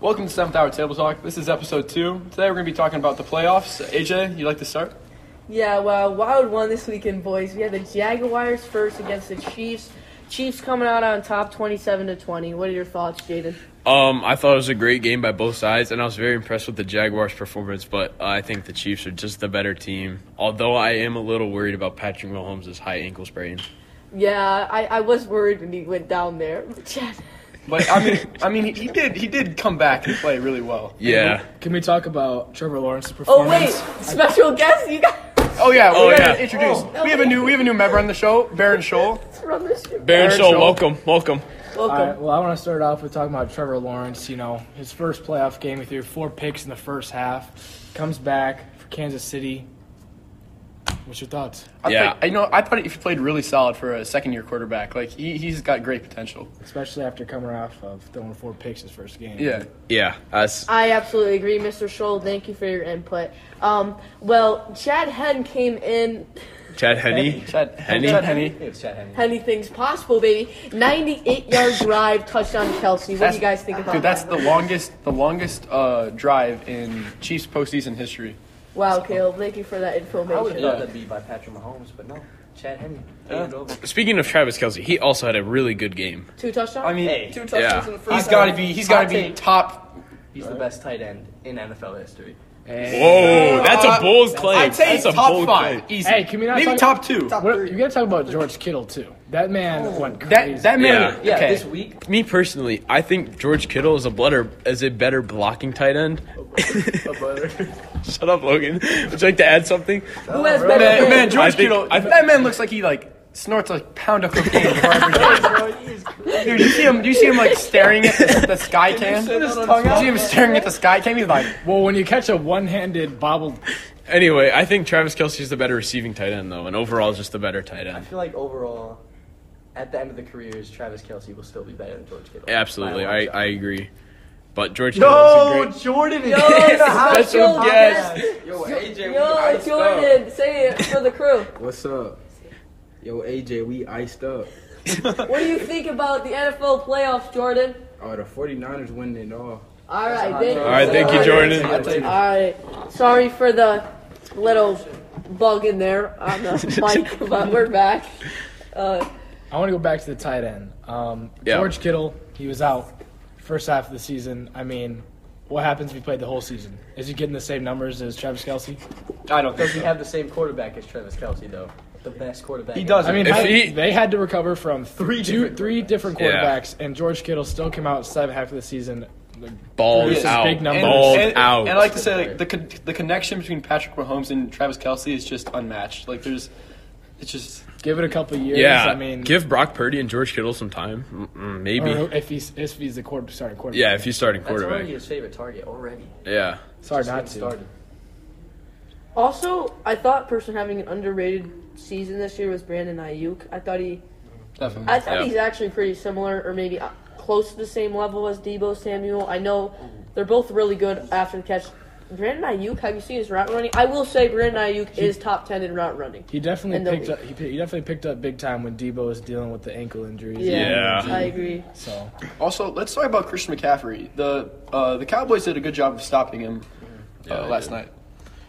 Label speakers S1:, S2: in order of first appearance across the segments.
S1: Welcome to Seventh Hour Table Talk. This is episode two. Today we're going to be talking about the playoffs. AJ, you like to start?
S2: Yeah, well, wild one this weekend, boys. We had the Jaguars first against the Chiefs. Chiefs coming out on top, twenty-seven to twenty. What are your thoughts, Jaden?
S3: Um, I thought it was a great game by both sides, and I was very impressed with the Jaguars' performance. But uh, I think the Chiefs are just the better team. Although I am a little worried about Patrick Mahomes' high ankle sprain.
S2: Yeah, I, I was worried when he went down there.
S1: But I mean, I mean, he did he did come back and play really well.
S3: Yeah.
S4: Can we talk about Trevor Lawrence's
S2: oh wait,
S4: performance?
S2: special guest, you got
S1: Oh yeah,
S3: Oh,
S1: we gotta
S3: yeah.
S1: introduce.
S2: Oh.
S1: we have a new we have a new member on the show, Baron Scholl.
S2: to run this shit.
S3: Baron
S1: Baron
S3: Scholl,
S1: Scholl.
S3: welcome, welcome.
S2: Welcome.
S4: All right, well, I want to start off with talking about Trevor Lawrence. You know, his first playoff game, he threw four picks in the first half, comes back for Kansas City. What's your thoughts?
S1: I
S3: Yeah.
S1: thought- you know, I thought he played really solid for a second year quarterback. Like he he's got great potential.
S4: Especially after coming off of throwing four picks his first game.
S1: Yeah.
S3: Yeah, that's
S2: I absolutely agree, Mr. Scholl. Thank you for your input. Um, well, Chad Hen came in.
S3: Chad Henney.
S1: Chad
S3: Henny?
S1: Chad Henny.
S2: Anything's possible, baby. 98 yard drive, touchdown, Kelsey. What do you guys think about
S1: Dude, that's
S2: that?
S1: the longest the longest uh, drive in Chiefs postseason history.
S2: Wow, Caleb, thank you for that
S5: I would have
S2: information.
S5: thought that'd be by Patrick Mahomes, but no. Chad Henry. turned it over.
S3: Speaking of Travis Kelsey, he also had a really good game.
S2: Two touchdowns?
S1: I mean,
S5: Hey,
S1: dude,
S3: Yeah.
S1: he's got to be he's got to
S5: Hot
S1: be
S5: take.
S1: top.
S5: He's the best tight end in NFL history.
S3: Whoa, Uh, that's a bold claim.
S1: I'd say
S3: that's a
S1: top
S3: bold
S1: five,
S3: claim.
S1: easy.
S4: Hey, can we not
S1: Maybe
S4: talk-
S1: top two.
S4: What, you got to talk about George Kittle, too. That man went crazy.
S1: Oh. That that
S3: Yeah.
S1: man.
S5: Yeah,
S1: okay.
S5: this week
S3: Me personally, I think George Kittle is a better is a better blocking tight end. Shut up, Logan. Would you like to add something?
S2: Who has better
S1: Man, man,
S2: hands?
S1: George
S3: I think-
S1: Kittle.
S3: I-
S1: that man looks like he like snorts a pound of cocaine before every game. Dude, you see him? Do you see him like staring at the, the sky cam? You see him staring at the sky cam? He's like,
S4: well, when you catch a one-handed bobbled,
S3: Anyway, I think Travis Kelsey is the better receiving tight end though, and overall just the better tight
S5: I
S3: end.
S5: feel like overall, at the end of the careers, Travis Kelsey will still be better than George Kittle.
S3: Absolutely,
S5: By a
S3: I,
S5: long
S3: I agree. But George Kittle
S1: no,
S3: is a
S1: Jordan. is
S2: Yo,
S1: dead."
S2: special
S3: Special
S2: guest.
S5: shot. Yo, AJ,
S2: Yo, Jordan, say it for the crew.
S6: What's up? Yo, AJ, we iced up.
S2: What do you think about the NFL playoffs, Jordan?
S6: Oh, the 49ers winning it all.
S2: All right, thank you.
S3: All right, thank you, Jordan.
S5: Hot take.
S2: All right, sorry for the little bug in there on the mic, but we're back. Uh,
S4: I want to go back to the tight end. Um,
S3: Yeah.
S4: George Kittle, he was out first half of the season. I mean, what happens if he played the whole season? Is he getting the same numbers as Travis Kelsey?
S1: I don't think
S5: Does he
S1: so.
S5: have the same quarterback as Travis Kelsey though? The best quarterback.
S1: He
S5: in-
S1: doesn't.
S4: I mean,
S3: If
S4: how-
S3: he-
S4: they had to recover from
S1: Three
S4: three two,
S1: different
S4: three different
S3: Yeah.
S4: quarterbacks, and George Kittle still came out second half of the season.
S3: balls
S4: This is
S3: out,
S4: big numbers.
S3: balls
S1: and,
S3: out.
S1: and I like to say like the con- the connection between Patrick Mahomes and Travis Kelsey is just unmatched. Like there's, it's just
S4: Give it a couple years.
S3: yeah,
S4: I mean,
S3: give Brock Purdy and George Kittle some time, Mm-mm, maybe.
S4: or if he's if he's the quarter, sorry, quarterback.
S3: yeah, if he's starting
S5: That's
S3: quarterback.
S5: already his favorite target already.
S3: Yeah,
S4: sorry
S5: Just
S4: not to.
S5: getting started.
S2: also, I thought person having an underrated season this year was Brandon Ayuk. I thought he,
S1: definitely.
S2: I thought
S3: Yeah.
S2: he's actually pretty similar, or maybe uh, close to the same level as Debo Samuel. I know they're both really good after the catch. Brandon Ayuk, have you seen his route running? I will say Brandon Ayuk is top ten in route running.
S4: He
S2: And
S4: definitely
S2: the-
S4: picked up. He, pi- he definitely picked up big time when Debo was dealing with the ankle injuries.
S3: Yeah.
S2: I agree.
S4: So
S1: Also, let's talk about Christian McCaffrey. The uh, the Cowboys did a good job of stopping him uh,
S3: they
S1: last
S3: did.
S1: night.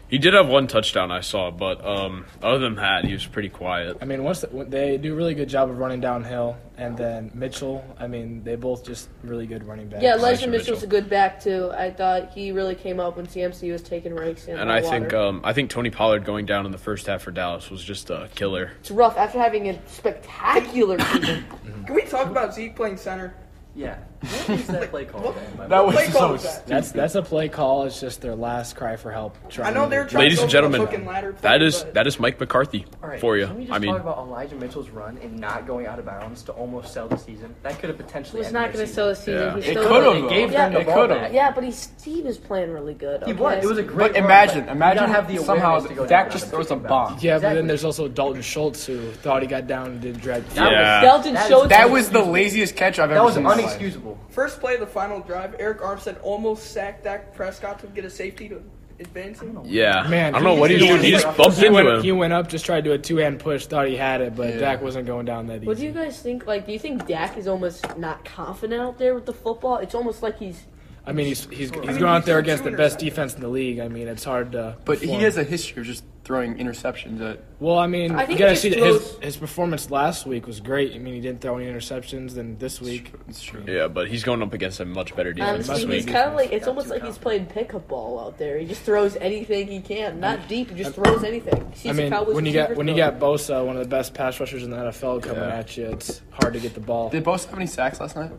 S3: he did have one touchdown I saw, but um, other than that, he was pretty quiet.
S4: I mean, once the, when- they do a really good job of running downhill, and then Mitchell. I mean, they both just really good running backs.
S2: Yeah,
S3: Elijah
S2: Elijah Mitchell's
S3: Mitchell.
S2: a good back too. I thought he really came up when CMC was taking ranks in.
S3: And
S2: the
S3: I
S2: water.
S3: think um, I think Tony Pollard going down in the first half for Dallas was just a killer.
S2: it's rough after having a spectacular season.
S7: Can we talk about Zeke playing center?
S5: Yeah. What is that play called? man, by the way?
S1: That was
S7: Play call
S1: so.
S7: was that?
S4: that's that's a play call. It's just their last cry for help.
S7: I
S4: trying
S7: know
S4: to-
S7: they're trying
S3: Ladies
S7: to
S3: and
S7: go for the
S3: gentlemen,
S7: fucking ladder play,
S3: that is
S7: but
S3: that is Mike McCarthy
S5: All right,
S3: for you.
S5: Can we just
S3: I mean,
S5: talk about Elijah Mitchell's run and not going out of bounds to almost sell the season? That could have potentially.
S2: He's
S5: ended
S2: not
S5: their
S2: going to sell the
S5: season.
S2: season.
S3: Yeah.
S2: He's
S1: It
S2: still
S1: could
S2: really-
S1: have.
S5: It gave them
S2: Yeah,
S5: the
S1: it
S5: ball
S1: could
S5: back.
S1: have.
S2: Yeah, but he's, he was playing really good.
S5: He
S2: okay?
S5: won. It was a great.
S1: But
S5: run,
S1: imagine,
S5: but you
S1: imagine
S5: gotta have the awareness
S1: somehow
S5: to go
S1: Dak
S5: down
S1: just
S5: and
S1: throws a
S5: kick it back.
S1: bomb.
S4: Yeah, but
S2: Exactly.
S4: then there's also Dalton Schultz who thought he got down and didn't drag.
S5: That was-
S3: Yeah.
S2: Dalton
S5: That is-
S2: showed
S1: That was the laziest catch I've
S5: That
S1: ever
S5: was
S1: seen. in my life.
S5: unexcusable.
S7: First play of the final drive, Eric Armstead almost sacked Dak Prescott to get a safety to advance him.
S3: yeah,
S4: Man,
S3: I don't
S4: he
S3: know what he's
S4: just-
S3: doing. He just bumped
S4: He
S3: into
S4: went, he
S3: him.
S4: went up, just tried to do a two-hand push, thought he had it, but Dak wasn't going down that easy.
S2: What do you guys think? Like, do you think Dak is almost not confident out there with the football? It's almost like he's
S4: I mean, he's he's he's going out there against the best defense in the league. I mean, it's hard to.
S8: But he
S4: perform.
S8: has a history of just throwing interceptions at.
S4: Well, I mean,
S2: I think
S4: you gotta
S2: he
S4: see that his,
S2: throws-
S4: his performance last week was great. I mean, he didn't throw any interceptions. Then this week,
S8: It's true.
S3: Yeah, but he's going up against a much better defense
S4: must
S2: Honestly,
S3: this
S4: be
S2: Um, he's
S3: week.
S2: kind of like it's
S5: Got
S2: almost
S5: two
S2: like he's
S5: counts.
S2: playing pickup ball out there. He just throws anything he can, not deep. He just throws anything. Sees
S4: I
S2: the
S4: mean,
S2: Cowboys
S4: when you got
S2: receiver
S4: when you
S2: throw.
S4: got Bosa, one of the best pass rushers in the NFL, coming
S8: Yeah.
S4: at you, it's hard to get the ball.
S8: Did both have any sacks last night?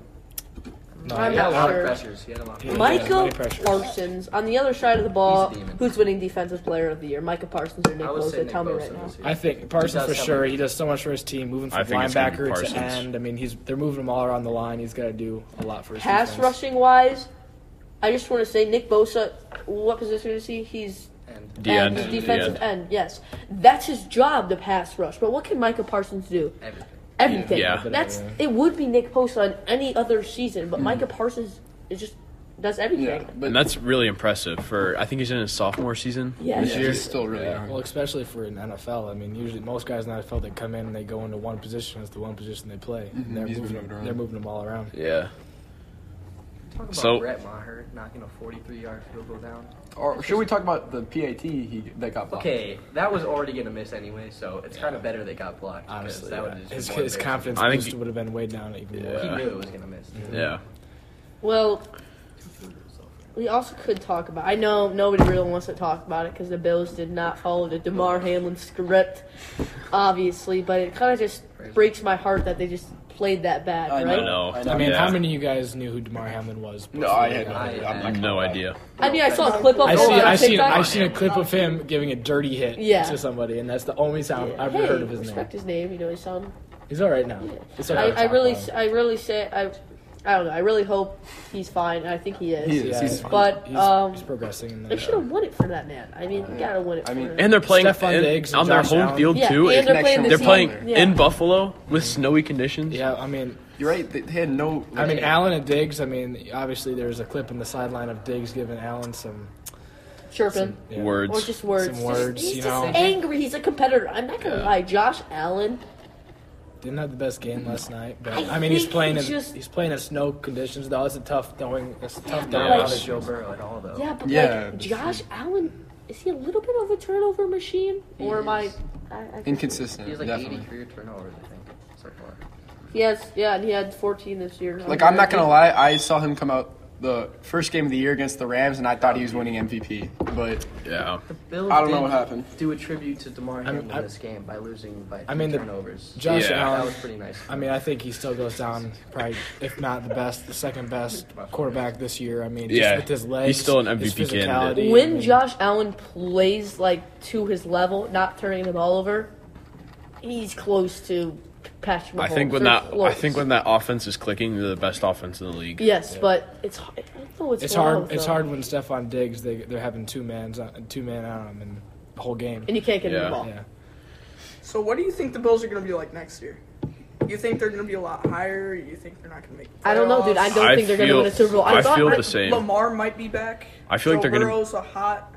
S4: No,
S2: I'm
S5: He
S4: yeah.
S5: had a lot
S2: Sure.
S5: of pressures. He had a lot.
S4: Yeah.
S5: Of
S2: Micah
S4: many pressures.
S2: Parsons on the other side of the ball.
S5: He's a demon.
S2: Who's winning Defensive Player of the Year? Micah Parsons or Nick
S5: I would say
S2: Bosa?
S5: Nick
S2: Tell me right
S5: Bosa
S2: now.
S5: this year.
S4: I think Parsons
S5: does
S4: for
S5: have
S4: sure.
S5: a-
S4: He does so much for his team, moving
S3: I
S4: from
S3: think it's gonna be
S4: linebacker to
S3: Parsons.
S4: end. I mean, he's they're moving him all around the line. He's got to do a lot for his
S2: Pass
S4: defense.
S2: rushing wise, I just want to say Nick Bosa. What position is he? He's
S5: And
S3: The end.
S2: He's
S3: The
S2: defensive
S3: end.
S2: end. Yes, that's his job to pass rush. But what can Micah Parsons do?
S5: everything.
S2: Everything.
S3: Yeah.
S2: That's it. Would be Nick Bosa on any other season, but Micah Parsons is just does everything.
S8: but
S3: And that's really impressive for I think he's in his sophomore season
S2: Yeah.
S3: this
S8: yeah,
S3: year.
S8: he's still really young.
S4: Well, especially for an NFL. I mean, usually most guys in the NFL they come in and they go into one position. It's the one position they play. and they're
S8: he's
S4: moving.
S8: moved
S4: Them,
S8: around.
S4: they're moving them all around.
S3: Yeah.
S5: Talk about
S3: So-
S5: Brett Maher knocking a 43-yard field goal down.
S8: Or should we talk about the PAT he that got blocked?
S5: Okay, that was already gonna miss anyway, so it's kind of better they got blocked. because
S4: Honestly,
S5: that
S4: yeah.
S5: would just
S4: his,
S5: be more
S4: his
S5: embarrassing.
S4: confidence
S3: I think
S4: boost
S3: he-
S4: would have been weighed down even more.
S5: He
S3: Yeah. Mm-hmm.
S5: knew it was gonna miss.
S3: Yeah.
S2: Well, we also could talk about. I know nobody really wants to talk about it because the Bills did not follow the Demar Hamlin script, obviously. But it kind of just breaks my heart that they just played that bad,
S8: I
S2: right?
S8: know.
S3: No.
S8: I
S4: I mean,
S3: Yeah.
S4: how many of you guys knew who Demar Hamlin was?
S8: No, I had no
S4: before?
S8: idea. I'm not gonna
S3: No
S8: lie.
S3: idea.
S2: I mean, I saw a clip of
S4: I
S2: it
S4: see.
S2: on
S4: I seen.
S2: TikTok.
S4: I seen a clip of him giving a dirty hit
S2: Yeah.
S4: to somebody, and that's the only sound I've
S2: hey,
S4: ever heard of his name.
S2: respect his name. You know, his son.
S4: He's all right now. It's all
S2: I,
S4: right.
S2: I really, I really say, I, I don't know. I really hope he's fine. I think he is.
S8: He is.
S4: Yeah.
S8: He's fine.
S2: But
S4: He's,
S2: um,
S4: he's progressing. In
S2: they should
S4: the, uh,
S2: have won it for that man. I mean, you gotta win it.
S8: I
S2: for
S8: mean,
S2: him.
S3: And they're playing
S4: Stefan
S3: in-
S4: Diggs and
S3: on their
S4: Josh
S3: home
S4: Allen.
S3: field
S2: yeah,
S3: too.
S2: and
S3: If-
S2: they're playing
S8: next
S2: the
S3: they're
S8: year.
S2: team-
S3: playing
S8: Chandler.
S2: yeah.
S3: in Buffalo with snowy conditions.
S4: yeah, I mean,
S8: You're right. They, they had no.
S4: I mean, Allen and Diggs. I mean, obviously there was a clip in the sideline of Diggs giving Allen some
S2: chirping.
S4: yeah.
S3: Words.
S2: Or just words.
S4: Some
S2: Just-
S4: words,
S2: he's
S4: you
S2: just
S4: know.
S2: angry. He's a competitor. I'm not gonna
S3: Yeah.
S2: lie. Josh Allen.
S4: Didn't have the best game last night, but
S2: I
S4: I, mean, he's
S2: think
S4: playing
S2: he
S4: in
S2: just-
S4: he's playing in snow conditions though. It's a tough throwing. It's a tough
S5: Not
S4: throwing.
S5: a lot
S2: Like-
S5: of Joe Burrow at all, though.
S2: Yeah, but
S8: Yeah,
S2: like
S8: that's
S2: Josh Allen, is he a little bit of a turnover machine, or am I?
S5: Yes.
S2: I, I
S8: inconsistent.
S5: He has like
S8: definitely.
S5: 80 career turnovers, I think, so far.
S2: Yes, yeah, and he had 14 this year.
S8: Like I'm not gonna lie, I saw him come out the first game of the year against the Rams, and I thought he was winning MVP. But
S3: Yeah.
S5: Bills
S8: I don't know
S5: did
S8: what happened.
S5: Do a tribute to Demar
S4: mean,
S5: Hamlin
S4: I-
S5: this game by losing by
S4: I mean,
S5: three
S4: the-
S5: turnovers.
S4: Josh
S3: Yeah.
S5: that
S4: Allen.
S5: was pretty nice.
S4: I mean, I think he still goes down probably, if not the best, the second best quarterback this year. I mean, just
S3: Yeah.
S4: with his legs,
S3: He's still an
S4: his
S3: MVP candidate.
S4: physicality, I
S2: When
S4: mean,
S2: Josh Allen plays like to his level, not turning the ball over, he's close to Patrick Mahomes.
S3: I think when
S2: They're
S3: that I
S2: close.
S3: think when that offense is clicking, they're the best offense in the league.
S2: Yes, but it's h- I don't know what's
S4: it's
S2: going on
S4: hard,
S2: with
S4: it's
S2: them.
S4: hard when Stefan Diggs they they're having two mans on- two man on him and the whole game.
S2: and you can't get him the
S3: Yeah.
S2: ball.
S4: Yeah,
S7: So what do you think the Bills are going to be like next year? You think they're going to be a lot higher? You think they're not going to make?
S2: I don't know, dude. I
S7: playoffs?
S2: don't
S3: I
S2: think they're going to
S3: feel-
S2: win a Super Bowl.
S3: I
S2: thought
S3: feel
S2: I-
S3: the same.
S7: Lamar might be back.
S3: I feel like
S7: Joe
S3: they're gonna-
S7: Burrow's a hot.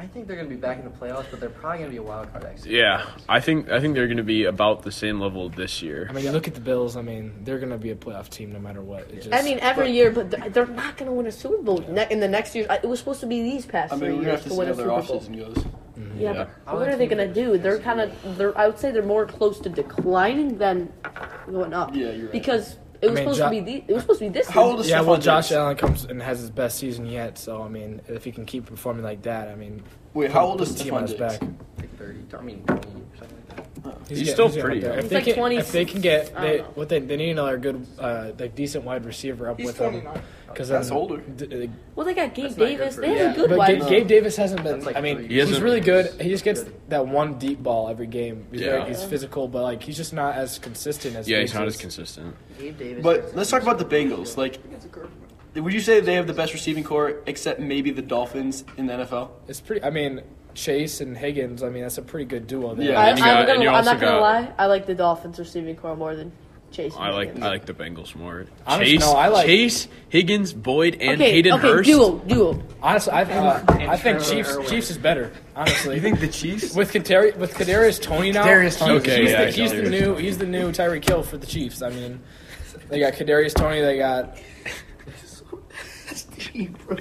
S5: I think they're going to be back in the playoffs, but they're probably going to be a wild card exit.
S3: Yeah. I think I think they're gonna be about the same level this year.
S4: I mean, you look at the Bills. I mean, they're gonna be a playoff team no matter what. It's just,
S2: I mean, every year, but they're, they're not going to win a Super Bowl ne- in the next year. I- It was supposed to be these past
S8: I mean,
S2: three
S8: we're gonna
S2: years
S8: have
S2: to,
S8: to see
S2: win
S8: how
S2: a
S8: their
S2: Super
S8: offseason
S2: Bowl.
S8: goes.
S2: Yeah,
S3: Yeah.
S2: but what are they going to do? They're kind of, they're I would say they're more close to declining than going up.
S8: Yeah, you're right.
S2: Because it was
S4: mean,
S2: supposed
S4: Jo-
S2: to be the, it was supposed to be this.
S8: How
S2: season.
S8: old is
S4: yeah, well,
S8: Stephon
S4: Josh
S8: Diggs?
S4: Allen comes and has his best season yet. So I mean, if he can keep performing like that, I mean,
S8: Wait, how old is
S4: the team
S8: Stephon
S4: on his
S8: Diggs?
S4: back?
S5: Like 30, I mean, 20 or something like that.
S4: He's,
S3: still
S4: getting
S3: pretty
S4: up there.
S3: young.
S4: If
S2: He's
S4: they,
S2: like
S4: can,
S2: 20
S4: if they can get
S2: I don't
S4: they,
S2: know.
S4: what they, they need another good uh, like decent wide receiver up
S7: He's
S4: with um,
S7: twenty
S4: them
S7: nine.
S4: because
S8: That's older.
S2: Well, they got Gabe
S5: That's not good
S2: Davis.
S5: for
S2: They
S5: you.
S2: have a good
S4: uh, but
S2: wide.
S4: Gabe, Gabe Davis hasn't been.
S5: That's like
S4: I mean,
S5: three.
S3: He
S4: he's
S3: hasn't-
S4: really good. He just gets
S5: Good.
S4: that one deep ball every game. He's,
S3: Yeah.
S4: very, he's physical, but like he's just not as consistent as.
S3: Yeah, he's
S4: Diggs
S3: not as
S4: is.
S3: consistent.
S5: Gabe Davis.
S1: But let's talk about the Bengals. Like, would you say they have the best receiving core, except maybe the Dolphins in the NFL?
S4: It's pretty. I mean, Chase and Higgins. I mean, that's a pretty good duo. There.
S8: Yeah.
S2: I,
S3: And you got-
S2: I'm,
S3: and
S2: gonna,
S3: you
S2: I'm
S3: also
S2: not going to
S3: got-
S2: lie. I like the Dolphins receiving core more than Chase.
S3: I like
S2: Higgins.
S3: I like the Bengals more.
S4: Honestly,
S3: Chase,
S4: no, I like-
S3: Chase, Higgins, Boyd, and
S2: okay,
S3: Hayden
S2: okay,
S3: Hurst.
S2: duo, duo.
S4: Honestly, I uh, I think
S5: Trevor
S4: Chiefs
S5: Irwin.
S4: Chiefs is better. Honestly, you think
S8: the Chiefs?
S4: with Kadarius with Kadarius Tony now?
S8: Kadarius Toney.
S4: he's-
S3: Okay,
S4: he's,
S3: yeah,
S4: the, he's the
S3: Kadarius
S4: new he's the new Tyreek Hill for the Chiefs. I mean, they got Kadarius Tony. They got
S2: nasty, bro.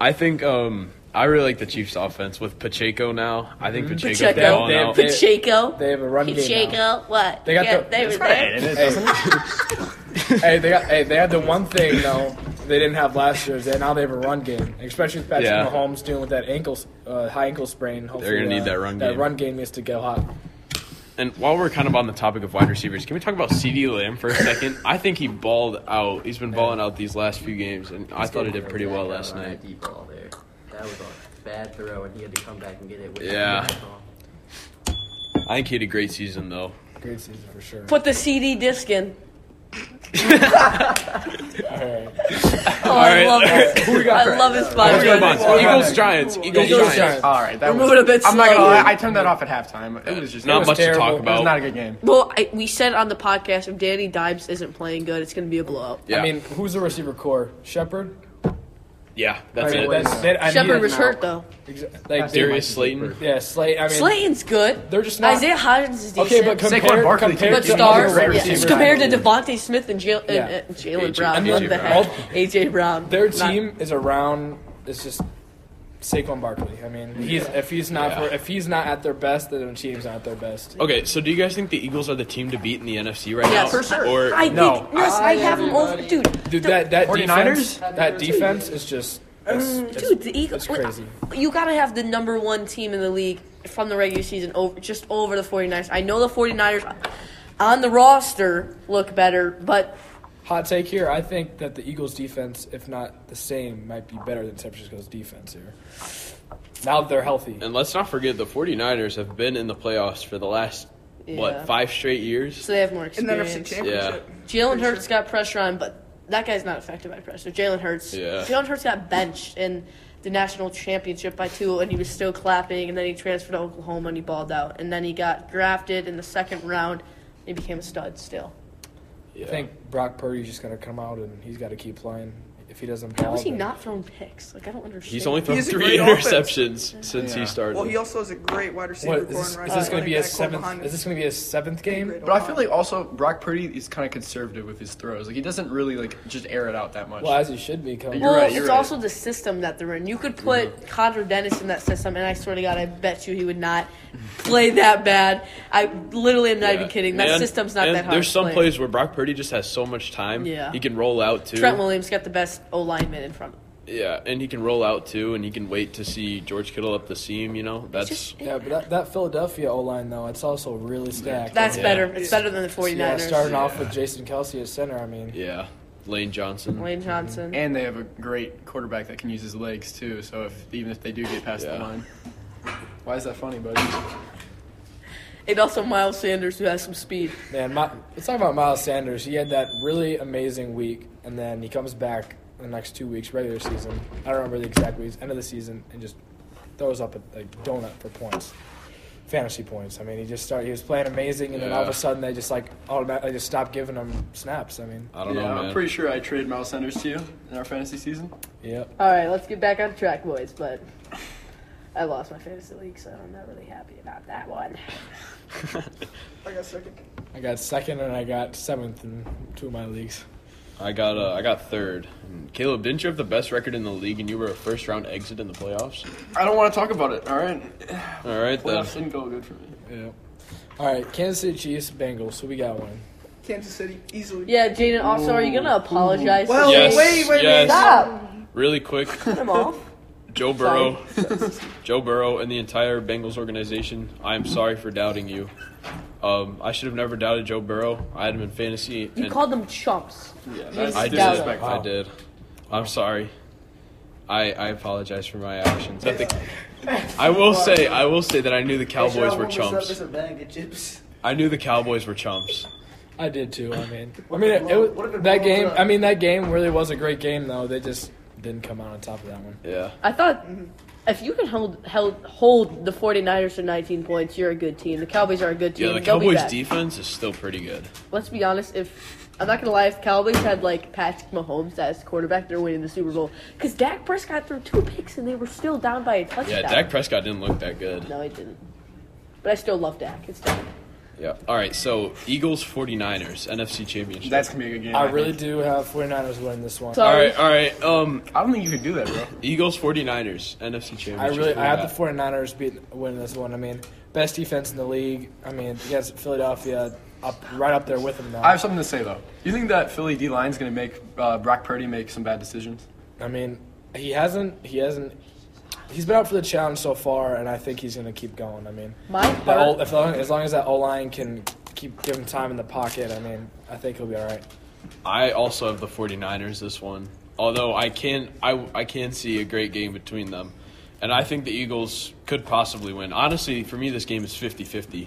S3: I think um, I really like the Chiefs' offense with Pacheco now. I think Pacheco,
S2: Pacheco.
S3: balling
S4: They-
S3: out.
S4: they-
S2: Pacheco.
S4: They have a run game. now.
S2: Pacheco. What?
S4: They got
S2: yeah,
S4: the-
S2: they were there.
S4: Hey. hey, they got hey, they had the one thing though they didn't have last year is that now they have a run game, especially with Patrick
S3: Yeah.
S4: Mahomes dealing with that ankle uh, high ankle sprain. Hopefully,
S3: gonna need
S4: uh,
S3: that run
S4: That
S3: game.
S4: run game needs to go hot.
S3: And while we're kind of on the topic of wide receivers, can we talk about CD Lamb for a second? I think he balled out. He's been balling out these last few games, and I thought he did pretty well last
S5: That
S3: night.
S5: deep ball there. That was a bad throw, and he had to come back and get it. With
S3: Yeah. I think he had a great season, though.
S4: Great season for sure.
S2: Put the CD disc in.
S4: All right.
S2: Oh, I
S3: right.
S2: love this. I love this
S3: Let's go,
S2: podcast.
S3: Bonds. Eagles Giants. Eagles
S2: Eagles,
S3: Giants.
S8: All right, that
S2: We're
S8: was.
S2: moving a bit
S8: I'm not gonna
S2: slow.
S8: lie, I turned that off at halftime. It was just
S3: Not
S8: it was
S3: much to
S8: terrible.
S3: talk
S8: It was
S3: about.
S8: not a good game.
S2: Well, I, we said on the podcast if Danny Dimes isn't playing good, it's going to be a blowout.
S3: Yeah.
S4: I mean, who's the receiver core? Shepard.
S3: yeah, that's
S4: Like,
S3: it.
S4: that's- that- I need
S2: Shepard
S4: it
S2: was
S4: now.
S2: hurt though.
S4: Exa- Like, they're-
S3: Darius Slayton.
S4: yeah, Slate. I mean,
S2: Slayton's good.
S4: They're just not-
S2: Isaiah Hodgins is decent.
S4: Okay, but compared,
S8: Barkley
S4: compared
S8: can't
S2: But
S4: to
S8: get
S2: stars,
S4: other
S8: wide
S2: yeah,
S4: receivers,
S2: compared to Devontae Smith and Jalen
S4: Yeah.
S2: and, uh, Jalen
S3: AJ
S2: Brown,
S3: Brown.
S2: what the
S3: Brown.
S2: heck? AJ Brown.
S4: Their
S2: Not-
S4: team is around. It's just Saquon Barkley. I mean, he's if he's not for, if he's not at their best, then the team's not at their best.
S3: Okay, so do you guys think the Eagles are the team to beat in the NFC right
S2: Yes.
S3: now?
S2: For sure.
S3: Or
S2: I
S8: No.
S2: think yes, I have him over, dude.
S4: Dude,
S2: the-
S4: that that
S8: 49ers?
S4: defense, that defense is just. It's, it's-
S2: Uh, dude, the Eagles.
S4: it's crazy.
S2: You gotta have the number one team in the league from the regular season over just over the 49ers. I know the 49ers on the roster look better, but
S4: Hot take here. I think that the Eagles' defense, if not the same, might be better than San Francisco's defense here. Now that they're healthy,
S3: And let's not forget the 49ers have been in the playoffs for the last,
S2: Yeah.
S3: what, five straight years?
S2: so they have more
S7: In the NFC
S2: experience.
S7: Championship.
S2: Jalen Hurts got pressure on, but that guy's not affected by pressure. Jalen Hurts.
S3: Yeah.
S2: Jalen Hurts got benched in the national championship by two, and he was still clapping. And then he transferred to Oklahoma and he balled out. And then he got drafted in the second round. And he became a stud still.
S3: Yeah.
S4: I think Brock Purdy's just got to come out and he's got to keep playing. If he doesn't,
S2: How
S4: ball,
S2: is he
S4: then-
S2: not throwing picks? Like I don't understand.
S3: He's only thrown
S7: He's a
S3: three
S7: great offense.
S3: interceptions since
S8: Yeah.
S3: he started.
S7: Well, he also has a great wide receiver.
S4: What, is
S7: core
S4: this,
S7: and
S4: is
S7: right
S4: this going to be a
S7: back core behind
S4: seventh?
S7: him.
S4: Is this going to be a seventh game?
S7: Great
S8: But I
S7: O-line.
S8: feel like also Brock Purdy is kind of conservative with his throws. Like he doesn't really like just air it out that much.
S4: Well, as he should be. Coming.
S8: You're
S2: well,
S8: right,
S2: it's
S8: you're right.
S2: also the system that they're in. You could put Connor Dennis in that system, and I swear to God, I bet you he would not play that bad. I literally am not even
S3: Yeah.
S2: kidding. That
S3: And-
S2: system's not
S3: and
S2: that hard.
S3: There's
S2: to
S3: some
S2: play.
S3: plays where Brock Purdy just has so much time.
S2: Yeah.
S3: He can roll out too.
S2: Trent Williams got the best O lineman in front.
S3: Yeah, and he can roll out too, and he can wait to see George Kittle up the seam. You know, that's
S2: Just-
S4: Yeah, but that, that Philadelphia O line though, it's also really stacked.
S2: That's
S3: Yeah.
S2: better. It's better than the
S4: I mean, yeah,
S2: 49ers.
S4: starting off with Jason Kelsey at center. I mean,
S3: yeah. Lane Johnson.
S2: Lane Johnson.
S8: and they have a great quarterback that can use his legs too. So if even if they do get past the
S3: Yeah.
S8: line, why is that funny, buddy?
S2: And also Miles Sanders, who has some speed.
S4: man, my, let's talk about Miles Sanders. He had that really amazing week, and then he comes back the next two weeks, regular season. I don't remember the exact weeks, end of the season, and just throws up a, a donut for points. Fantasy points. I mean, he just started. He was playing amazing, and then all of
S3: Yeah.
S4: a sudden they just like automatically just stopped giving him snaps. I mean,
S3: I don't
S8: yeah,
S3: know, man.
S8: I'm pretty sure I traded Miles Sanders to you in our fantasy season.
S4: yeah.
S2: All right, let's get back on track, boys. But I lost my fantasy league, so I'm not really happy about that one.
S7: I got second.
S4: I got second and I got seventh in two of my leagues.
S3: I got uh, I got third. And Caleb, didn't you have the best record in the league, and you were a first round exit in the playoffs?
S8: I don't want to talk about it. All right,
S3: All right then.
S8: playoffs didn't go good for me.
S4: Yeah. All right, Kansas City Chiefs, Bengals. Who we got one?
S7: Kansas City easily.
S2: Yeah, Jaden. Also, are you gonna apologize? to
S7: Well,
S2: me?
S3: Yes,
S7: wait, wait,
S3: yes.
S7: wait.
S2: Stop.
S3: Really quick,
S2: Put him off.
S3: Joe Burrow, Joe Burrow, and the entire Bengals organization. I am sorry for doubting you. Um, I should have never doubted Joe Burrow. I had him in fantasy.
S2: You
S3: and-
S2: called them chumps.
S8: Yeah,
S2: that's
S8: that's
S3: I
S2: Just
S3: did.
S2: doubt
S8: disrespectful.
S2: it.
S3: I did. I'm sorry. I I apologize for my actions. I think. I will say I will say that I knew the Cowboys were chumps. I knew the Cowboys were chumps.
S4: I did too. I mean, I mean it, it was, that game. I mean that game really was a great game though. They just didn't come out on top of that one.
S3: Yeah.
S2: I thought if you can hold held, hold the 49ers to 19 points, you're a good team. The Cowboys are a good team.
S3: Yeah, the
S2: They'll be
S3: Cowboys
S2: back.
S3: defense is still pretty good.
S2: Let's be honest. If I'm not gonna lie, if Cowboys had like Patrick Mahomes as quarterback, they're winning the Super Bowl. Because Dak Prescott threw two picks and they were still down by a touchdown.
S3: Yeah, Dak Prescott didn't look that good.
S2: No, he didn't. But I still love Dak. It's Dak.
S3: Yeah. All right. So Eagles 49ers NFC Championship.
S1: That's gonna be a good game.
S4: I
S1: think.
S4: really do have 49ers winning this one.
S3: all
S2: Sorry.
S3: right. All right. Um,
S1: I don't think you could do that, bro.
S3: Eagles 49ers NFC Championship.
S4: I really, I
S3: Who
S4: have
S3: you
S4: the 49ers beat, winning this one. I mean, best defense in the league. I mean, against Philadelphia, up right up there with them now.
S1: I have something to say though. You think that Philly D line's gonna make uh, Brock Purdy make some bad decisions?
S4: I mean, he hasn't, he hasn't, he's been up for the challenge so far, and I think he's going to keep going. I mean,
S2: My
S4: that
S2: heart,
S4: o, if, as long as that O line can keep give him time in the pocket, I mean, I think he'll be all right.
S3: I also have the 49ers this one. Although I can I I can see a great game between them. And I think the Eagles could possibly win. Honestly, for me this game is 50-50.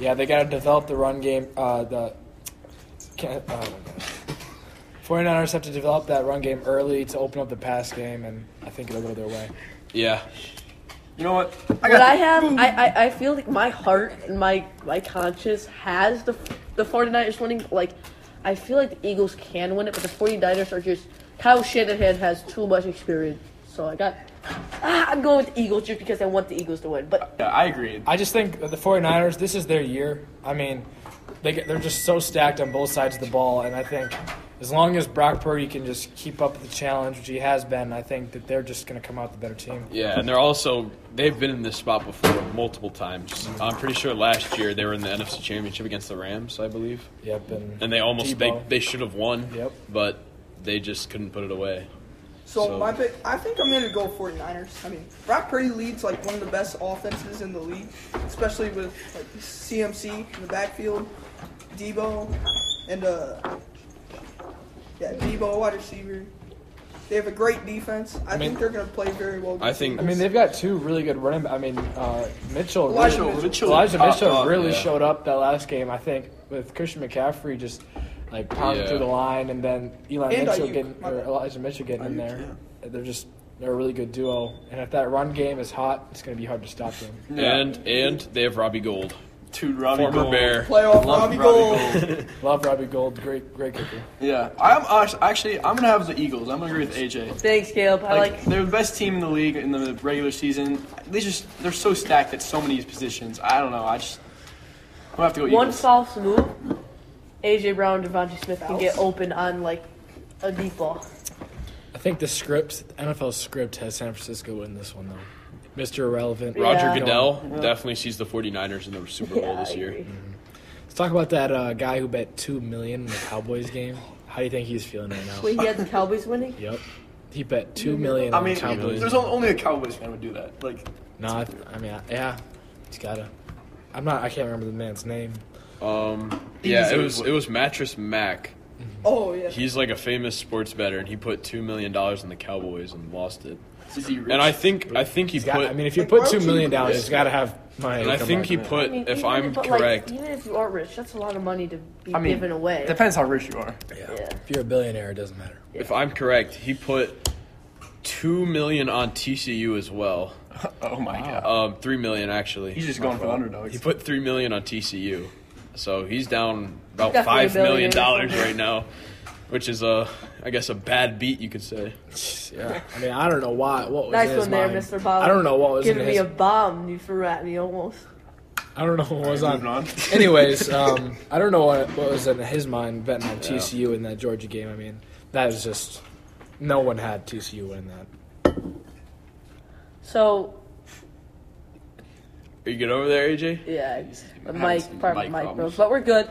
S4: Yeah, they got to develop the run game. Uh, the can't, oh my gosh. 49ers have to develop that run game early to open up the pass game, and I think it'll go their way.
S3: Yeah.
S1: You know what?
S2: what I have, I, I, I feel like my heart and my my conscience has the the 49ers winning. Like, I feel like the Eagles can win it, but the 49ers are just Kyle Shanahan has too much experience. So I got, ah, I'm going with the Eagles just because I want the Eagles to win. But
S1: Yeah, I agree.
S4: I just think that the 49ers, this is their year. I mean, they get, they're just so stacked on both sides of the ball, and I think as long as Brock Purdy can just keep up with the challenge, which he has been, I think that they're just going to come out the better team.
S3: Yeah, and they're also they've been in this spot before multiple times. I'm pretty sure last year they were in the NFC Championship against the Rams, I believe.
S4: Yep, and,
S3: And they almost
S4: Debo.
S3: they they should have won.
S4: Yep.
S3: But they just couldn't put it away.
S7: So,
S3: So-
S7: my pick, I think I'm gonna go 49ers. I mean, Brock Purdy leads like one of the best offenses in the league, especially with like CMC in the backfield, Debo, and uh, yeah, Debo wide receiver. They have a great defense. I,
S4: mean-
S7: think they're gonna play very well.
S3: I think
S4: I mean, they've got two really good running. I mean, uh, Mitchell. really-
S7: Elijah
S1: Mitchell, Mitchell,
S4: Elijah
S1: popped
S4: Mitchell
S1: off,
S4: really
S3: yeah.
S4: showed up that last game. I think with Christian McCaffrey just like pounding
S3: Yeah.
S4: through the line, and then Eli
S7: And
S4: Mitchell
S7: Ayuk,
S4: getting
S7: my
S4: or
S7: bad.
S4: Elijah Mitchell getting in there. They're just they're a really good duo, and if that run game is hot, it's going to be hard to stop them.
S1: Yeah.
S3: and and they have Robbie Gold,
S1: Dude, Robbie
S3: former
S1: Gold.
S3: Bear.
S7: playoff
S1: Love
S7: Robbie Gold.
S4: Love Robbie Gold, great great kicker.
S1: Yeah, I'm act- actually I'm gonna have the Eagles. I'm gonna agree with AJ.
S2: thanks, Caleb. I
S1: Like,
S2: like
S1: they're the best team in the league in the regular season. They just they're so stacked at so many positions. I don't know. I just I'm gonna have to go
S2: one
S1: Eagles.
S2: false move. AJ Brown, Devontae Smith can get open on like a deep ball.
S4: I think the script, NFL script, has San Francisco in this one though. Mr. Irrelevant.
S3: Roger
S2: Yeah.
S3: Goodell definitely sees the 49ers in the Super Bowl
S2: Yeah,
S3: this
S2: I
S3: year. Mm-hmm.
S2: agree.
S4: Let's talk about that uh, guy who bet two million in the Cowboys game. How do you think he's feeling right now?
S2: Wait, he had the Cowboys winning.
S4: Yep. He bet two million.
S1: I
S4: on
S1: mean,
S4: the Cowboys.
S1: there's only a Cowboys fan would do that. Like,
S4: no, I, I mean, I, yeah, he's gotta. I'm not. I can't remember the man's name.
S3: Um, yeah, it
S1: deserves
S3: was
S1: what-
S3: it was Mattress Mac.
S7: Oh yeah.
S3: He's like a famous sports bettor, and he put two million dollars in the Cowboys and lost it.
S1: is he rich?
S3: And I think I think he
S4: He's got.
S3: put.
S4: I mean, if you
S7: Like,
S4: put
S7: why
S4: two
S7: would you
S4: million
S7: do
S4: dollars,
S3: this?
S4: he's gotta have my.
S3: and I
S4: come
S3: think
S4: back
S3: he
S4: on it.
S3: put.
S2: I mean,
S3: if
S2: even
S3: I'm
S2: but,
S3: correct,
S2: like, even if you are rich, that's a lot of money to be
S1: I mean,
S2: given away.
S1: depends how rich you are.
S4: Yeah. If you're a billionaire, it doesn't matter.
S3: if I'm correct, he put two million on TCU as well.
S1: Oh my god.
S3: Um, three million actually.
S1: He's just going for the underdogs.
S3: He put three million on TCU, so he's down about
S2: Definitely
S3: five million
S2: billionaire.
S3: dollars right now, which is a, I guess, a bad beat you could say.
S4: Yeah. I mean, I don't know why. What was in
S2: nice
S4: his
S2: one there,
S4: mind.
S2: Mr. Bob.
S4: I don't know what was in
S2: Giving me
S4: his.
S2: a bomb, you forgot me almost.
S4: I don't know what was on.
S1: Moving on.
S4: Anyways, um, I don't know what, what was in his mind betting on TCU in that Georgia game. I mean, that is just no one had TCU win that.
S2: So
S3: Are you good over there, AJ?
S2: yeah, the
S1: having
S2: mic,
S1: some
S2: probably
S1: mic
S2: mic,
S1: problems.
S2: problems, but we're good.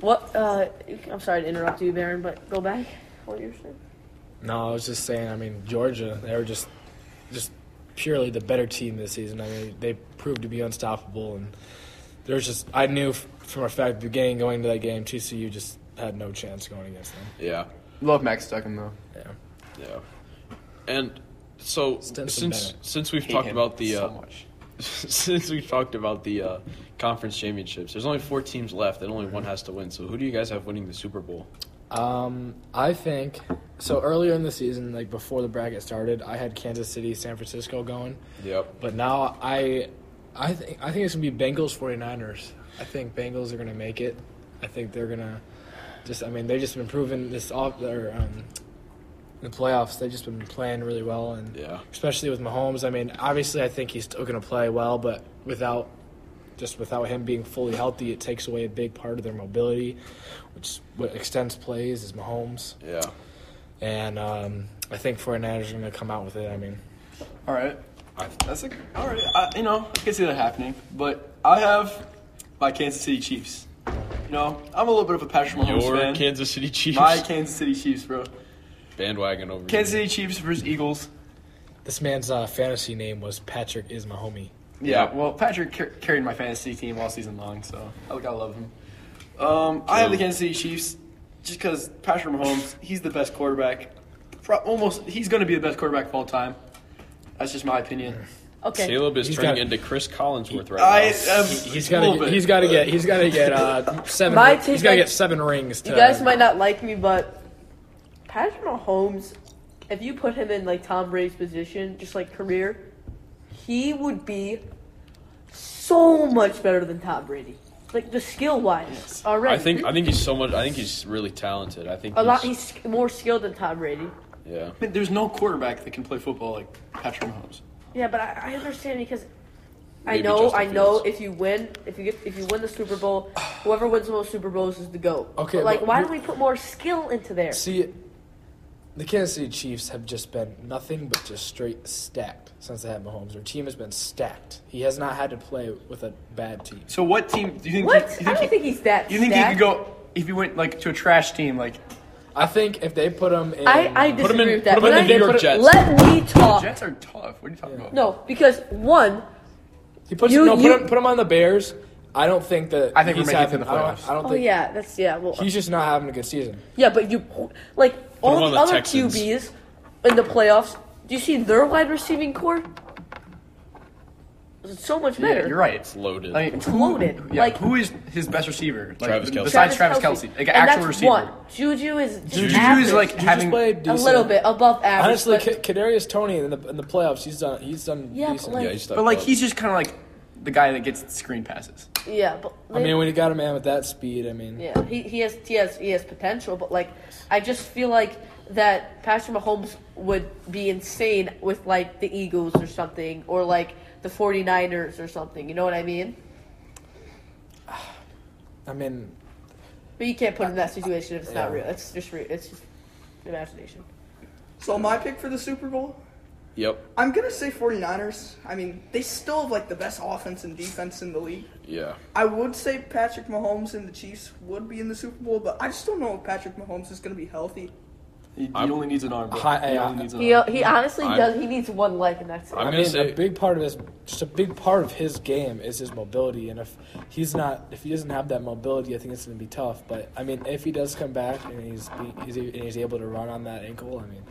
S2: What? Uh, I'm sorry to interrupt you, Baron, but go back. What you're saying?
S4: No, I was just saying. I mean, Georgia, they were just, just purely the better team this season. I mean, they proved to be unstoppable, and there's just I knew f- from a fact beginning going to that game, TCU just had no chance going against them.
S3: Yeah,
S1: Love Max Duggan though.
S3: yeah. And so
S4: Stinson
S3: since
S4: Bennett.
S3: since we've
S1: Hate
S3: talked
S1: him
S3: about the
S1: so
S3: uh,
S1: much.
S3: since we've talked about the uh, conference championships, there's only four teams left, and only one has to win. So who do you guys have winning the Super Bowl?
S4: Um, I think so. Earlier in the season, like before the bracket started, I had Kansas City, San Francisco going.
S3: Yep.
S4: But now I, I think I think it's gonna be Bengals 49ers. I think Bengals are gonna make it. I think they're gonna just. I mean, they've just been proving this off their um, the playoffs. They've just been playing really well, and
S3: Yeah.
S4: especially with Mahomes. I mean, obviously, I think he's still gonna play well, but without just without him being fully healthy, it takes away a big part of their mobility, which what extends plays is Mahomes.
S3: Yeah.
S4: And um, I think 49ers are going to come out with it. I mean,
S1: All right. That's a, all right. I, you know, I can see that happening. But I have my Kansas City Chiefs. You know, I'm a little bit of a Patrick Mahomes
S3: Your
S1: fan.
S3: Kansas City Chiefs
S1: my Kansas City Chiefs, bro.
S3: bandwagon over
S1: Kansas
S3: here.
S1: City Chiefs versus Eagles.
S4: this man's uh, fantasy name was Patrick is my homie.
S1: Yeah, well, Patrick car- carried my fantasy team all season long, so I gotta love him. Um, I have the Kansas City Chiefs just because Patrick Mahomes, he's the best quarterback. Pro- almost, he's gonna be the best quarterback of all time. That's just my opinion.
S2: Okay.
S3: Caleb is
S4: He's
S3: turning
S4: got-
S3: into Chris Collinsworth
S1: I,
S3: right now.
S1: um,
S4: He's
S1: a
S4: got
S1: little
S4: to.
S1: bit.
S4: He's got to get. He's got to get uh, seven.
S2: My
S4: ri-
S2: take
S4: he's got to
S2: on-
S4: get seven rings. To,
S2: You guys might not like me, but Patrick Mahomes, if you put him in like Tom Brady's position, just like career, he would be so much better than Tom Brady. Like the skill wise already.
S3: I think I think he's so much. I think he's really talented. I think
S2: Mhm. a lot.
S3: he's-
S2: He's more skilled than Tom Brady.
S1: I
S3: yeah.
S1: mean, there's no quarterback that can play football like Patrick Mahomes.
S2: Yeah, but I, I understand because I
S3: Maybe
S2: know,
S3: Justin
S2: I know.
S3: Fields.
S2: If you win, if you get, if you win the Super Bowl, whoever wins the most Super Bowls is the goat.
S4: Okay,
S2: But, like,
S4: but
S2: why
S4: we-
S2: don't we put more skill into there?
S4: uh, See, the Kansas City Chiefs have just been nothing but just straight stacked since they had Mahomes. Their team has been stacked. He has not had to play with a bad team.
S1: So, what team do you think?
S2: What?
S1: He, you think,
S2: I don't
S1: he,
S2: think he's that.
S1: you think he
S2: stacked.
S1: could go if he went like to a trash team? Like,
S4: I think if they put him in,
S2: I, I disagree
S3: in-
S2: with that.
S3: put him
S2: Let-
S3: in the New York Jets.
S2: Let me talk.
S1: Jets are tough. What are you talking about?
S2: No, because one,
S4: he puts
S2: you-
S4: no,
S2: you-
S4: put him put him on the Bears. I don't think that.
S1: I think we're
S4: he's
S1: making it
S4: having-
S1: to the
S4: I don't,
S1: playoffs.
S4: I don't
S2: oh
S4: think
S2: yeah, that's yeah. Well,
S4: he's just not having a good season.
S2: yeah, but you like all
S3: him
S2: the,
S3: on the
S2: other
S3: Texans.
S2: QBs in the playoffs. Do you see their wide receiving core? It's so much better.
S1: Yeah, you're right.
S3: It's loaded.
S1: I mean,
S2: It's
S1: who-
S2: loaded.
S1: Yeah,
S2: Like-
S1: who is his best receiver? Like,
S3: Travis Kelce.
S1: Besides Travis Kelsey, like an
S2: And
S1: actual
S2: that's
S1: receiver.
S2: One. Juju is just
S1: Juju
S2: average.
S1: is like
S4: He
S1: having.
S4: just played
S2: a
S4: decent.
S2: little bit above average.
S4: Honestly,
S2: but-
S4: K- Kadarius Tony in the in the playoffs, he's done he's done
S2: Yeah, but
S4: decent.
S2: like-
S3: yeah, he's
S1: But like he's just kind of like the guy that gets screen passes.
S2: yeah, but
S4: I mean, when you got a man with that speed, I mean,
S2: Yeah, he, he has he has he has potential, but like I just feel like that Patrick Mahomes would be insane with like the Eagles or something or like the 49ers or something. You know what I mean?
S4: I mean,
S2: But you can't put him in that situation if it's not real. It's just real. It's just imagination.
S7: So my pick for the Super Bowl,
S3: yep.
S7: I'm gonna say 49ers. I mean, they still have like the best offense and defense in the league.
S3: Yeah.
S7: I would say Patrick Mahomes and the Chiefs would be in the Super Bowl, but I just don't know if Patrick Mahomes is gonna be healthy.
S1: He, he
S3: I'm-
S1: only needs an arm. bro.
S4: Hi-
S1: he
S4: I-
S1: only needs an
S2: He
S1: arm.
S2: he honestly
S3: I-
S2: does. He needs one leg and that's it.
S3: I'm
S4: I
S3: gonna
S4: mean,
S3: say-
S4: a big part of his just a big part of his game is his mobility, and if he's not if he doesn't have that mobility, I think it's going to be tough. But I mean, if he does come back and he's be- he's, a- and he's able to run on that ankle, I mean,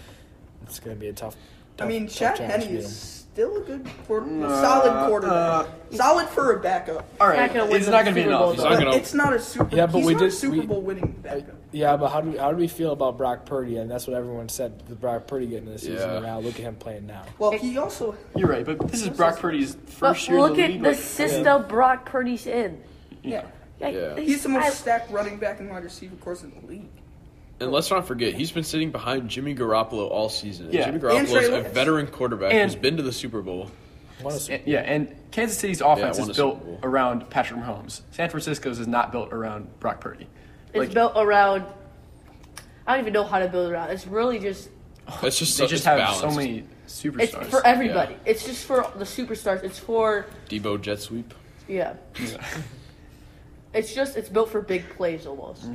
S4: it's going to be a tough.
S7: I
S4: tough-
S7: mean,
S4: tough
S7: Chad
S4: challenge to
S7: Henne
S4: beat him.
S7: is still a good, quarter-
S1: Nah,
S7: solid quarterback,
S1: uh,
S7: solid for a backup.
S1: All
S2: Not
S1: right,
S2: gonna win
S1: it's
S2: the
S1: not gonna be
S2: Super
S1: enough.
S2: Bowl,
S1: He's
S3: though.
S1: not
S7: But
S3: gonna-
S7: it's not a Super.
S4: Yeah, but
S7: he's
S4: we
S7: not a
S4: did-
S7: Super
S4: we-
S7: Bowl winning backup.
S4: Yeah, but how do we, how do we feel about Brock Purdy? And that's what everyone said with Brock Purdy getting this season.
S3: Yeah.
S4: And now look at him playing now.
S7: Well, he also
S1: gonna- You're right, but this is Brock Purdy's
S2: But
S1: first year in
S2: look
S1: the
S2: at
S1: league.
S2: the
S1: like-
S2: system Brock Purdy's in.
S7: yeah,
S2: Like,
S3: Yeah.
S7: he's the most
S2: I-
S7: stacked running back and wide receiver course in the league.
S3: And let's not forget, he's been sitting behind Jimmy Garoppolo all season. And
S1: Yeah.
S3: Jimmy
S1: And
S7: Trey
S3: Garoppolo's a
S7: Lance.
S3: veteran quarterback
S1: And-
S3: who's been to the Super Bowl.
S4: What a-
S1: yeah, and Kansas City's
S3: Yeah, I
S1: offense
S3: won a
S1: is built
S3: Super Bowl.
S1: around Patrick Mahomes. San Francisco's is not built around Brock Purdy.
S2: It's built around. I don't even know how to build around. It's really just
S3: That's just
S1: Oh, They
S3: so,
S1: just
S3: it's
S1: have
S3: balanced.
S1: so many
S2: it's
S1: superstars.
S2: for everybody. It's just for the superstars. It's for
S3: Debo jet sweep.
S2: yeah. It's just it's built for big plays almost.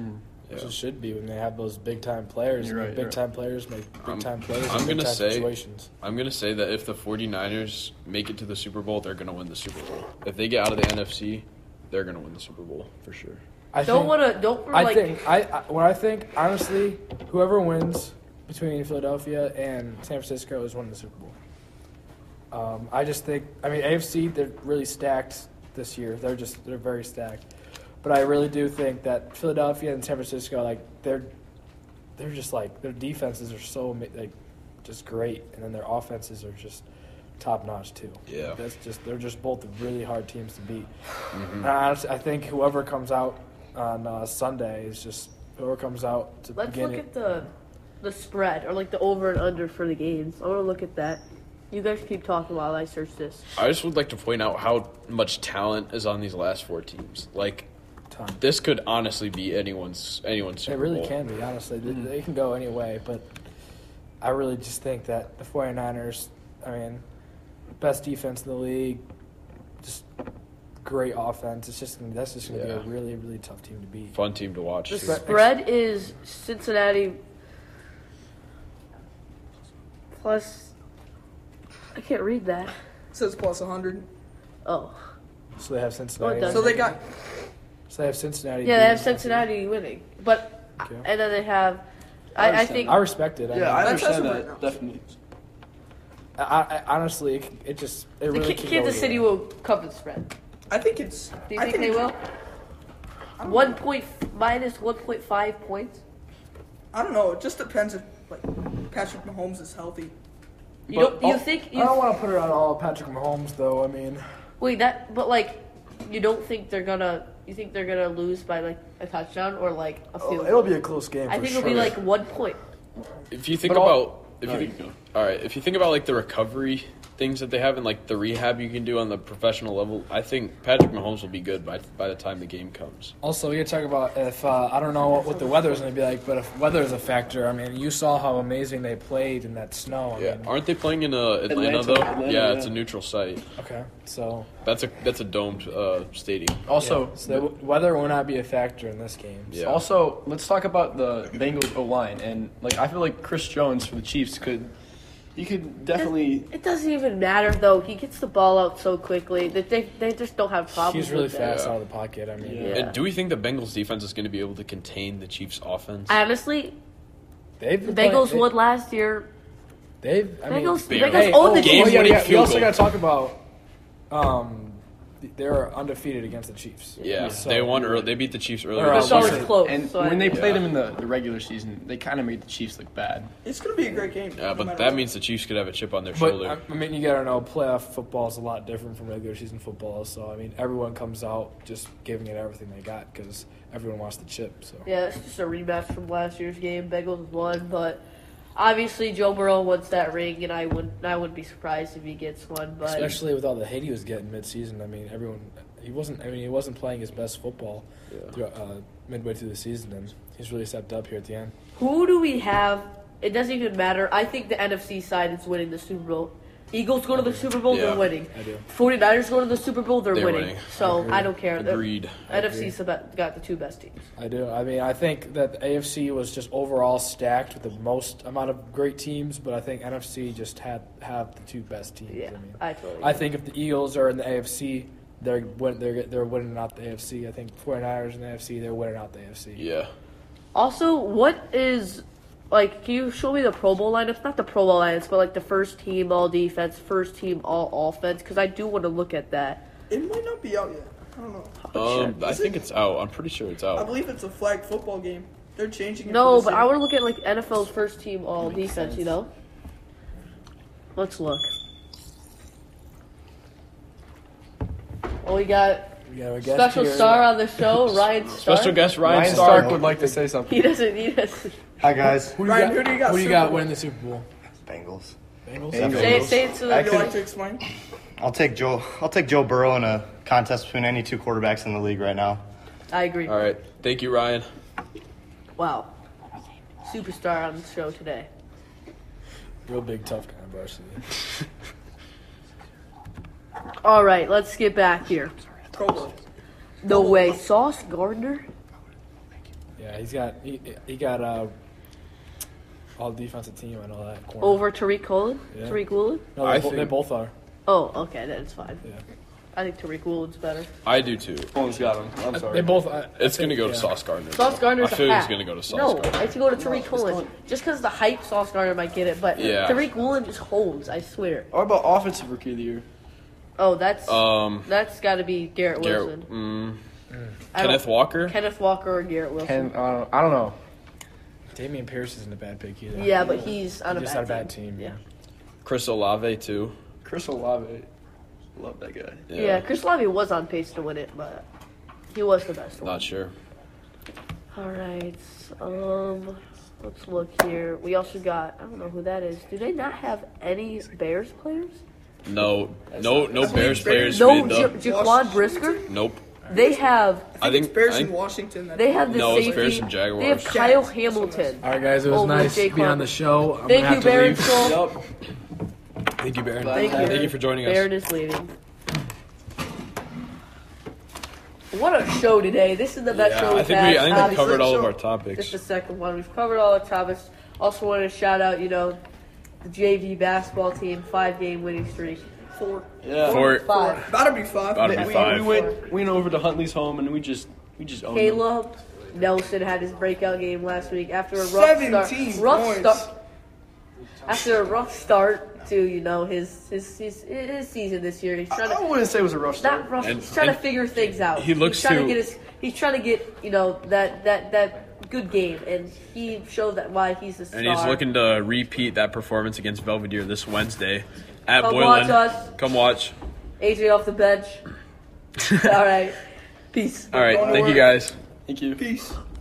S4: Which it should be when they have those big time players.
S1: You're right,
S4: big
S1: you're
S4: time players make big time plays.
S3: I'm
S4: in big
S3: gonna
S4: time
S3: say-
S4: situations.
S3: I'm going to say that if the 49ers make it to the Super Bowl, they're going to win the Super Bowl. If they get out of the NFC, they're going to win the Super Bowl for sure.
S4: I
S2: Don't
S4: think-
S2: wanna don't
S4: I
S2: like
S4: think I, I what I think honestly, whoever wins between Philadelphia and San Francisco is winning the Super Bowl. Um, I just think I mean AFC they're really stacked this year. They're just they're very stacked, but I really do think that Philadelphia and San Francisco like they're they're just like their defenses are so ama- like just great, and then their offenses are just top notch too.
S3: Yeah.
S4: that's just they're just both really hard teams to beat. And I, honestly, I think whoever comes out on uh, Sunday is just whoever comes out to
S2: let's
S4: begin
S2: look
S4: it.
S2: at the the spread or like the over and under for the games. I want to look at that. You guys keep talking while I search this.
S3: I just would like to point out how much talent is on these last four teams. Like,
S4: Ton.
S3: this could honestly be anyone's anyone's
S4: It
S3: Super
S4: really
S3: Bowl.
S4: can be, honestly. They, they can go any way, but I really just think that the 49ers, I mean, best defense in the league, just great offense. It's just that's just going to
S3: Yeah.
S4: be a really, really tough team to beat.
S3: Fun team to watch.
S2: The
S3: too.
S4: Spread-
S2: spread is Cincinnati plus. I can't read that.
S7: It says plus 100.
S2: Oh,
S4: So they have Cincinnati.
S2: does-
S7: So they got
S4: so they have Cincinnati.
S2: yeah, they have
S4: beating-
S2: Cincinnati winning, but
S4: Okay.
S2: and then they have. I, I think
S4: I respect it. I
S1: Yeah,
S4: mean,
S1: I
S7: That's
S1: understand
S7: us right
S1: that.
S7: now.
S1: Definitely.
S4: I, I, honestly, it, it just it
S2: the
S4: really
S2: K-
S4: could go
S2: Kansas
S4: either
S2: City
S4: way.
S2: will cover the spread.
S7: I think it's.
S2: Do you
S7: I
S2: think, they
S7: it's-
S2: will?
S7: I don't
S2: One
S7: know.
S2: point minus one point five points.
S7: I don't know. It just depends if like Patrick Mahomes is healthy.
S2: You
S4: But-
S2: don't. You
S4: oh,
S2: think?
S4: I
S2: You,
S4: don't want to put it on all Patrick Mahomes, though. I mean,
S2: wait, that. But like, you don't think they're gonna. You think they're gonna lose by like a touchdown or like a field?
S4: Oh, it'll be a close game.
S2: I
S4: for
S2: think
S4: sure.
S2: it'll be like one point.
S3: If you think
S4: But all-
S3: about
S1: Oh,
S3: if you think, all right, if you think about like the recovery things that they have and like the rehab you can do on the professional level, I think Patrick Mahomes will be good by by the time the game comes.
S4: Also, we could talk about if uh, I don't know what, what the weather is going to be like, but if weather is a factor, I mean, you saw how amazing they played in that snow. I
S3: Yeah,
S4: mean,
S3: aren't they playing in uh, Atlanta,
S1: Atlanta,
S3: though?
S1: Atlanta,
S3: yeah, it's a
S1: yeah.
S3: neutral site.
S4: okay, so
S3: That's a that's a domed uh, stadium.
S1: Also,
S4: yeah, so the w- weather will not be a factor in this game.
S3: Yeah.
S1: Also, let's talk about the Bengals O line, and like I feel like Chris Jones for the Chiefs could, he could definitely.
S2: It doesn't even matter though. He gets the ball out so quickly that they they just don't have
S4: So
S2: problems.
S4: he's really
S2: with it.
S4: fast
S3: Yeah.
S4: out of the pocket. I mean,
S1: Yeah.
S3: And do we think the Bengals defense is going to be able to contain the Chiefs offense?
S2: I honestly,
S4: they've
S2: the
S4: been
S2: Bengals
S4: playing,
S2: won last year.
S4: They, they've I mean,
S2: Bengals, the
S3: barely.
S2: Bengals
S4: hey,
S2: own
S4: oh,
S2: the
S4: game
S3: game
S2: Chiefs.
S4: yeah,
S3: winning
S4: yeah, we
S3: field
S4: also
S3: goal.
S4: got to talk about um, they're undefeated against the Chiefs.
S3: yeah,
S4: So-
S3: they won. Early, they beat the Chiefs earlier.
S4: Or, uh,
S3: this
S2: It's always
S3: year.
S2: close.
S1: And
S2: Oh, so I
S1: when they
S2: don't-
S1: played them in the, the regular season, they kind of made the Chiefs look bad.
S7: It's gonna be a great game.
S3: Yeah,
S7: no
S3: but
S7: matter
S3: that
S7: what.
S3: means the Chiefs could have a chip on their
S4: But
S3: shoulder.
S4: I- I mean, you gotta know, playoff football is a lot different from regular season football. So I mean, everyone comes out just giving it everything they got because everyone wants the chip. So
S2: yeah, it's just a rematch from last year's game. Bengals won, but obviously Joe Burrow wants that ring, and I wouldn't I wouldn't be surprised if he gets one. But
S4: especially with all the hate he was getting midseason, I mean, everyone he wasn't. I mean, he wasn't playing his best football throughout, uh, midway through the season, and he's really stepped up here at the end.
S2: Who do we have? It doesn't even matter. I think the NFC side is winning the Super Bowl. Eagles go to the Super Bowl,
S3: Yeah,
S2: they're winning.
S4: I do.
S2: 49ers go to the Super Bowl, they're,
S3: They're
S2: winning.
S3: winning.
S2: So
S4: Agreed.
S2: I don't care. The
S3: Agreed.
S2: NFC's about, got the two best teams.
S4: I do. I mean, I think that the AFC was just overall stacked with the most amount of great teams, but I think NFC just had have the two best teams.
S2: Yeah,
S4: I mean,
S2: I totally.
S4: I
S2: agree.
S4: think if the Eagles are in the AFC, they're win- they're they're winning out the AFC. I think 49ers in the AFC, they're winning out the AFC.
S3: yeah,
S2: Also, what is like? Can you show me the Pro Bowl lineups? Not the Pro Bowl lineups, but like the first team all defense, first team all offense. Because I do want to look at that.
S7: it might not be out yet. I don't know.
S3: um, I think it's out. I'm pretty sure it's
S7: I
S3: out.
S7: believe it's a flag football game. They're changing. It
S2: No,
S7: for
S2: but
S7: this
S2: I
S7: year.
S2: want to look at like NFL's first team all defense. You know. Let's look. Well, Oh, we got
S4: We got our guest
S2: special
S4: here.
S2: star on the show, Ryan Stark.
S3: Special guest Ryan,
S1: Ryan
S3: Stark.
S1: Stark would like to say something.
S2: He doesn't need us.
S9: Hi guys.
S4: Who do you
S7: Ryan,
S4: got?
S7: who do you got Super Bowl?
S4: winning the Super Bowl?
S9: Bengals.
S4: Bengals.
S2: Say, say it to the.
S9: I
S7: Would you
S9: could-
S7: like to explain?
S9: I'll take Joe. I'll take Joe Burrow in a contest between any two quarterbacks in the league right now.
S2: I agree.
S3: All right, thank you, Ryan.
S2: Wow. Superstar on the show today.
S4: Real big tough guy on varsity.
S2: All right, let's get back here.
S7: Pro Bowl.
S2: No way, Sauce Gardner.
S4: Yeah, he's got he, he got uh, all defensive team and all that. Corner.
S2: Over Tariq Colin?
S4: Yeah.
S2: Tariq Woolen?
S4: No,
S3: I
S4: they, bo-
S3: think-
S4: they both are.
S2: Oh, okay, that's fine.
S4: Yeah.
S2: I think Tariq Woolen's better.
S3: I do too.
S1: Someone's got him. I'm sorry.
S4: They both. uh, I,
S3: It's gonna go to
S4: yeah.
S3: Sauce Gardner.
S2: Sauce Gardner's
S3: I feel
S2: a
S3: like it's
S2: hack.
S3: gonna go to Sauce
S2: No,
S3: Gardner.
S2: I have to go to Tariq Colin. Just because the hype Sauce Gardner might get it, but
S3: Yeah.
S2: Tariq Woolen just holds, I swear.
S1: What about offensive rookie of the year?
S2: Oh, that's
S3: Um,
S2: that's got to be Garrett Wilson.
S3: Garrett, mm,
S2: I don't-
S3: Kenneth Walker.
S2: Kenneth Walker or Garrett Wilson.
S1: And uh, I don't know.
S4: Damian Pierce isn't a bad pick either.
S2: yeah, but he's on a
S4: just
S2: bad
S4: on a bad
S2: team.
S4: team,
S2: Yeah.
S3: Chris Olave too.
S1: Chris Olave. Love that guy.
S2: Yeah. Chris Lobby was on pace to win it, but he was the best one.
S3: Not sure.
S2: All right. Um, Let's look here. We also got I don't know who that is. Do they not have any Bears players?
S3: No, no, no Bears players.
S2: No,
S3: made
S2: Ja-
S3: the,
S2: Jaquan Brisker.
S3: nope.
S2: They have
S3: I think,
S7: Bears
S3: I
S7: in
S3: think
S7: Washington. That
S2: they have the
S3: No, it's
S2: safety.
S3: Bears and Jaguars.
S2: They have Kyle Hamilton.
S4: All right, guys, it was
S2: Oh, with
S4: nice
S2: Jaquan.
S4: being on the show. I'm
S2: Thank you,
S4: gonna
S2: Baron
S4: have to leave.
S2: Soul.
S4: Thank you, Baron.
S2: Thank you.
S3: thank you for joining us.
S2: Baron is leaving. What a show today! This is the best
S3: yeah,
S2: show we've
S3: I think
S2: had.
S3: we, I think we
S2: obviously.
S3: covered all of our
S2: This
S3: topics.
S2: is the second one. We've covered all the topics. Also, wanted to shout out, you know, the JV basketball team, five game winning streak.
S7: four.
S1: Yeah.
S3: For
S2: Five.
S7: About to be five.
S3: About
S1: We,
S3: to be
S1: we
S3: five.
S1: went, we went over to Huntley's home and we just we just owned them.
S2: Caleb Nelson had his breakout game last week after a rough
S7: 17
S2: start. Rough
S7: points.
S2: start. After a rough start to you know his his his, his season this year, he's trying
S1: I
S2: to.
S1: wouldn't say it was a rough start.
S2: Not rough.
S3: And-
S2: he's trying
S3: and
S2: to figure things out.
S3: he looks
S2: he's trying to,
S3: to-
S2: get his. He's trying to get you know that that that good game, and he showed that why he's a star.
S3: and he's looking to repeat that performance against Belvedere this Wednesday at
S2: Come
S3: Boylan.
S2: watch us.
S3: Come watch.
S2: AJ off the bench. All right. Peace.
S3: All right, thank you guys.
S1: Thank you.
S7: Peace.